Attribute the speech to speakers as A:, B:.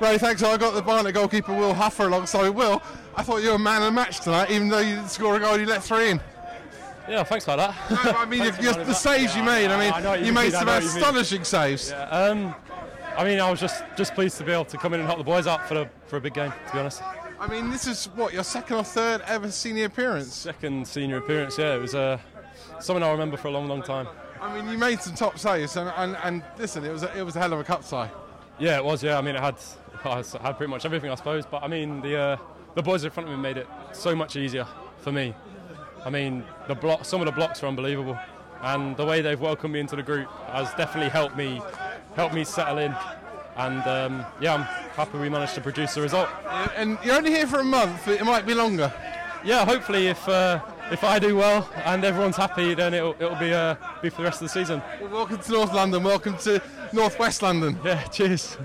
A: Ray, thanks. I got the Barnet goalkeeper Will Huffer alongside Will. I thought you were a man of the match tonight, even though you didn't score a goal, you let three in.
B: Yeah, thanks like that.
A: No, I mean, you
B: Thanks for
A: you
B: running
A: the
B: back.
A: saves
B: Yeah,
A: you
B: I
A: made.
B: know,
A: I mean,
B: I know what
A: you,
B: you
A: made
B: mean, I
A: some
B: know what you mean.
A: astonishing saves.
B: Um, I mean, I was just just pleased to be able to come in and help the boys out for a, for a big game. To be honest,
A: I mean, this is what your second or third ever senior appearance.
B: second senior appearance. Yeah, it was uh, something I remember for a long, long time.
A: I mean, you made some top saves, and, and, and listen, it was a, it was a hell of a cup tie.
B: Yeah, it was. Yeah, I mean, it had I s- had pretty much everything, I suppose. But I mean, the uh, the boys in front of me made it so much easier for me. I mean, the block, some of the blocks were unbelievable, and the way they've welcomed me into the group has definitely helped me helped me settle in. And um, yeah, I'm happy we managed to produce the result.
A: And you're only here for a month, but it might be longer.
B: Yeah, hopefully, if uh, if I do well and everyone's happy, then it'll it'll be uh, be for the rest of the season.
A: Well, welcome to North London. Welcome to North West London.
B: Yeah, cheers.